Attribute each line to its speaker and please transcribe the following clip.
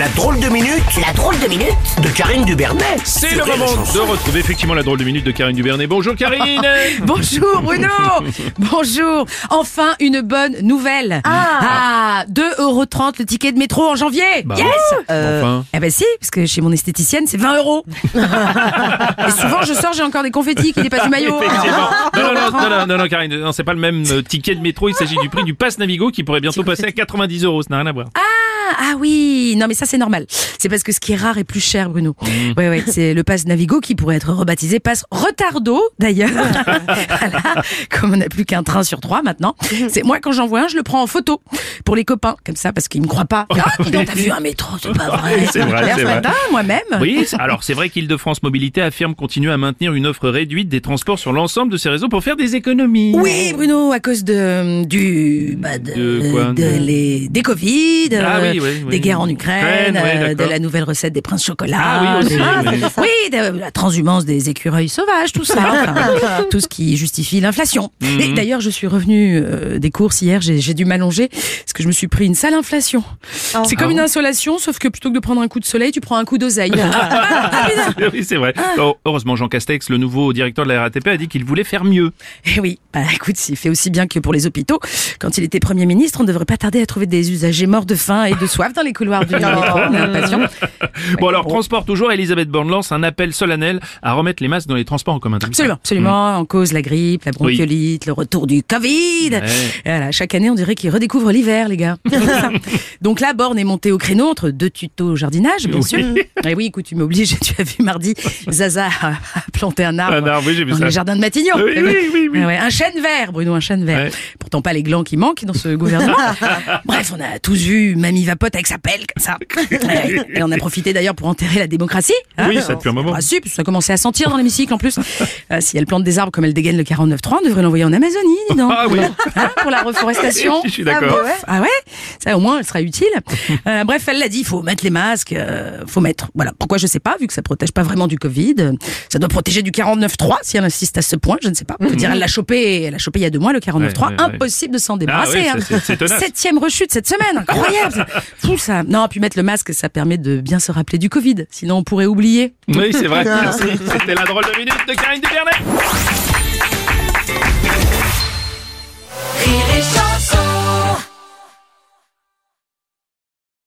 Speaker 1: La drôle de minute, la drôle de minute de Karine Dubernet.
Speaker 2: C'est
Speaker 1: sur
Speaker 2: le
Speaker 1: Rire et
Speaker 2: moment de
Speaker 1: Chanson.
Speaker 2: retrouver effectivement la drôle de minute de Karine Duvernet. Bonjour Karine
Speaker 3: Euh, Bonjour Bruno Bonjour Enfin une bonne nouvelle Ah, 2,30€ le ticket de métro en janvier
Speaker 2: Bah
Speaker 3: Yes
Speaker 2: oui.
Speaker 3: Euh,
Speaker 2: Enfin.
Speaker 3: Eh ben si, parce que chez mon esthéticienne c'est 20 euros Et souvent je sors, j'ai encore des confettis qui dépassent du maillot
Speaker 2: Effectivement. Non, non, non, non, non, non, non, Karine, non, c'est pas le même euh, ticket de métro, il s'agit du prix du pass Navigo qui pourrait bientôt passer à 90 euros, ça n'a rien à voir.
Speaker 3: Ah, ah oui, non mais ça c'est normal. C'est parce que ce qui est rare est plus cher, Bruno.
Speaker 2: Mm.
Speaker 3: Ouais, ouais, c'est le pass Navigo qui pourrait être rebaptisé pass retardo d'ailleurs. Voilà. Comme on n'a plus qu'un train sur trois maintenant. C'est moi quand j'en vois un, je le prends en photo pour les copains, comme ça parce qu'ils me croient pas. Ah, dis donc, t'as vu un métro, c'est pas vrai.
Speaker 2: C'est vrai,
Speaker 3: D'ailleurs,
Speaker 2: c'est
Speaker 3: ce
Speaker 2: vrai.
Speaker 3: matin, moi-même.
Speaker 2: Oui, c'est- alors c'est vrai qu'Île-de-France Mobilité affirme continuer à maintenir une offre réduite des transports sur l'ensemble de ses réseaux pour faire des économies.
Speaker 3: Oui, Bruno, à cause de du bah, de,
Speaker 2: De quoi,
Speaker 3: de
Speaker 2: de-
Speaker 3: les- des Covid,
Speaker 2: Ah
Speaker 3: euh,
Speaker 2: oui, oui, oui.
Speaker 3: des guerres en
Speaker 2: Ukraine,
Speaker 3: Ukraine,
Speaker 2: ouais,
Speaker 3: euh, de
Speaker 2: d'accord.
Speaker 3: la nouvelle recette des princes chocolat,
Speaker 2: Ah oui, aussi, oui.
Speaker 3: Oui, de la transhumance des écureuils sauvages, tout ça, enfin, tout ce qui justifie l'inflation.
Speaker 2: Mhm.
Speaker 3: Et d'ailleurs, je suis revenue euh, des courses hier, j'ai j'ai dû m'allonger parce que je me suis pris une sale inflation. C'est
Speaker 2: Ah
Speaker 3: comme une insolation, sauf que plutôt que de prendre un coup de soleil, tu prends un coup d'oseille. Ah, putain.
Speaker 2: Oui, c'est vrai. Oh, heureusement, Jean Castex, le nouveau directeur de la RATP, a dit qu'il voulait faire mieux.
Speaker 3: Eh oui, bah écoute, s'il fait aussi bien que pour les hôpitaux, quand il était Premier ministre, on ne devrait pas tarder à trouver des usagers morts de faim et de soif dans les couloirs du métro. Bah, On a un patient.
Speaker 2: Bon, alors, transport toujours, Elisabeth Borne lance un appel solennel à remettre les masques dans les transports en commun.
Speaker 3: Absolument, absolument.
Speaker 2: Hmm.
Speaker 3: En cause la grippe, la bronchiolite, le retour du Covid.
Speaker 2: Ouais.
Speaker 3: Voilà, chaque année, on dirait qu'ils redécouvrent l'hiver, les gars. Donc la borne est montée au créneau entre deux tutos au jardinage, bien
Speaker 2: Oui.
Speaker 3: sûr. Et oui, écoute, tu m'obliges. Tu as vu mardi, Zaza a a planté un arbre.
Speaker 2: Un arbre, oui, j'ai vu
Speaker 3: dans
Speaker 2: ça.
Speaker 3: le jardin de Matignon.
Speaker 2: Oui,
Speaker 3: Eh
Speaker 2: oui, oui, oui.
Speaker 3: Ah ouais, un chêne vert, Bruno, un chêne vert.
Speaker 2: Ouais.
Speaker 3: Pourtant pas les glands qui manquent dans ce gouvernement. Bref, on a tous vu Mamie Vapote avec sa pelle, comme ça. Ouais. Et on a profité d'ailleurs pour enterrer la démocratie. hein.
Speaker 2: Oui, ça depuis un moment.
Speaker 3: Ah si, puis ça commençait à sentir dans l'hémicycle en plus. Euh, si elle plante des arbres comme elle dégaine le 49.3, on devrait l'envoyer en Amazonie, dis donc.
Speaker 2: Ah oui.
Speaker 3: Hein, pour la reforestation.
Speaker 2: Je suis d'accord.
Speaker 3: Ah, ouais. Ah ouais Ça au moins, elle sera utile. Euh, bref, elle l'a dit, il faut mettre les masques, euh, faut mettre. Voilà, pourquoi je sais pas, vu que ça protège pas vraiment du Covid. Euh, Ça doit protéger du 49.3 si elle insiste à ce point, je ne sais pas. Je veux dire, elle l'a chopé, elle l'a chopé il y a deux mois, le 49.3.
Speaker 2: Ouais, ouais, ouais.
Speaker 3: Impossible de s'en débarrasser.
Speaker 2: Ah ouais, ça,
Speaker 3: hein.
Speaker 2: c'est- c'est tenace.
Speaker 3: Septième rechute cette semaine, incroyable. Fou ça. Non, puis mettre le masque, ça permet de bien se rappeler du Covid. Sinon, on pourrait oublier.
Speaker 2: Oui, c'est vrai. Merci. C'était la drôle de minute de Karine Duvernet.
Speaker 4: Rire et chanson.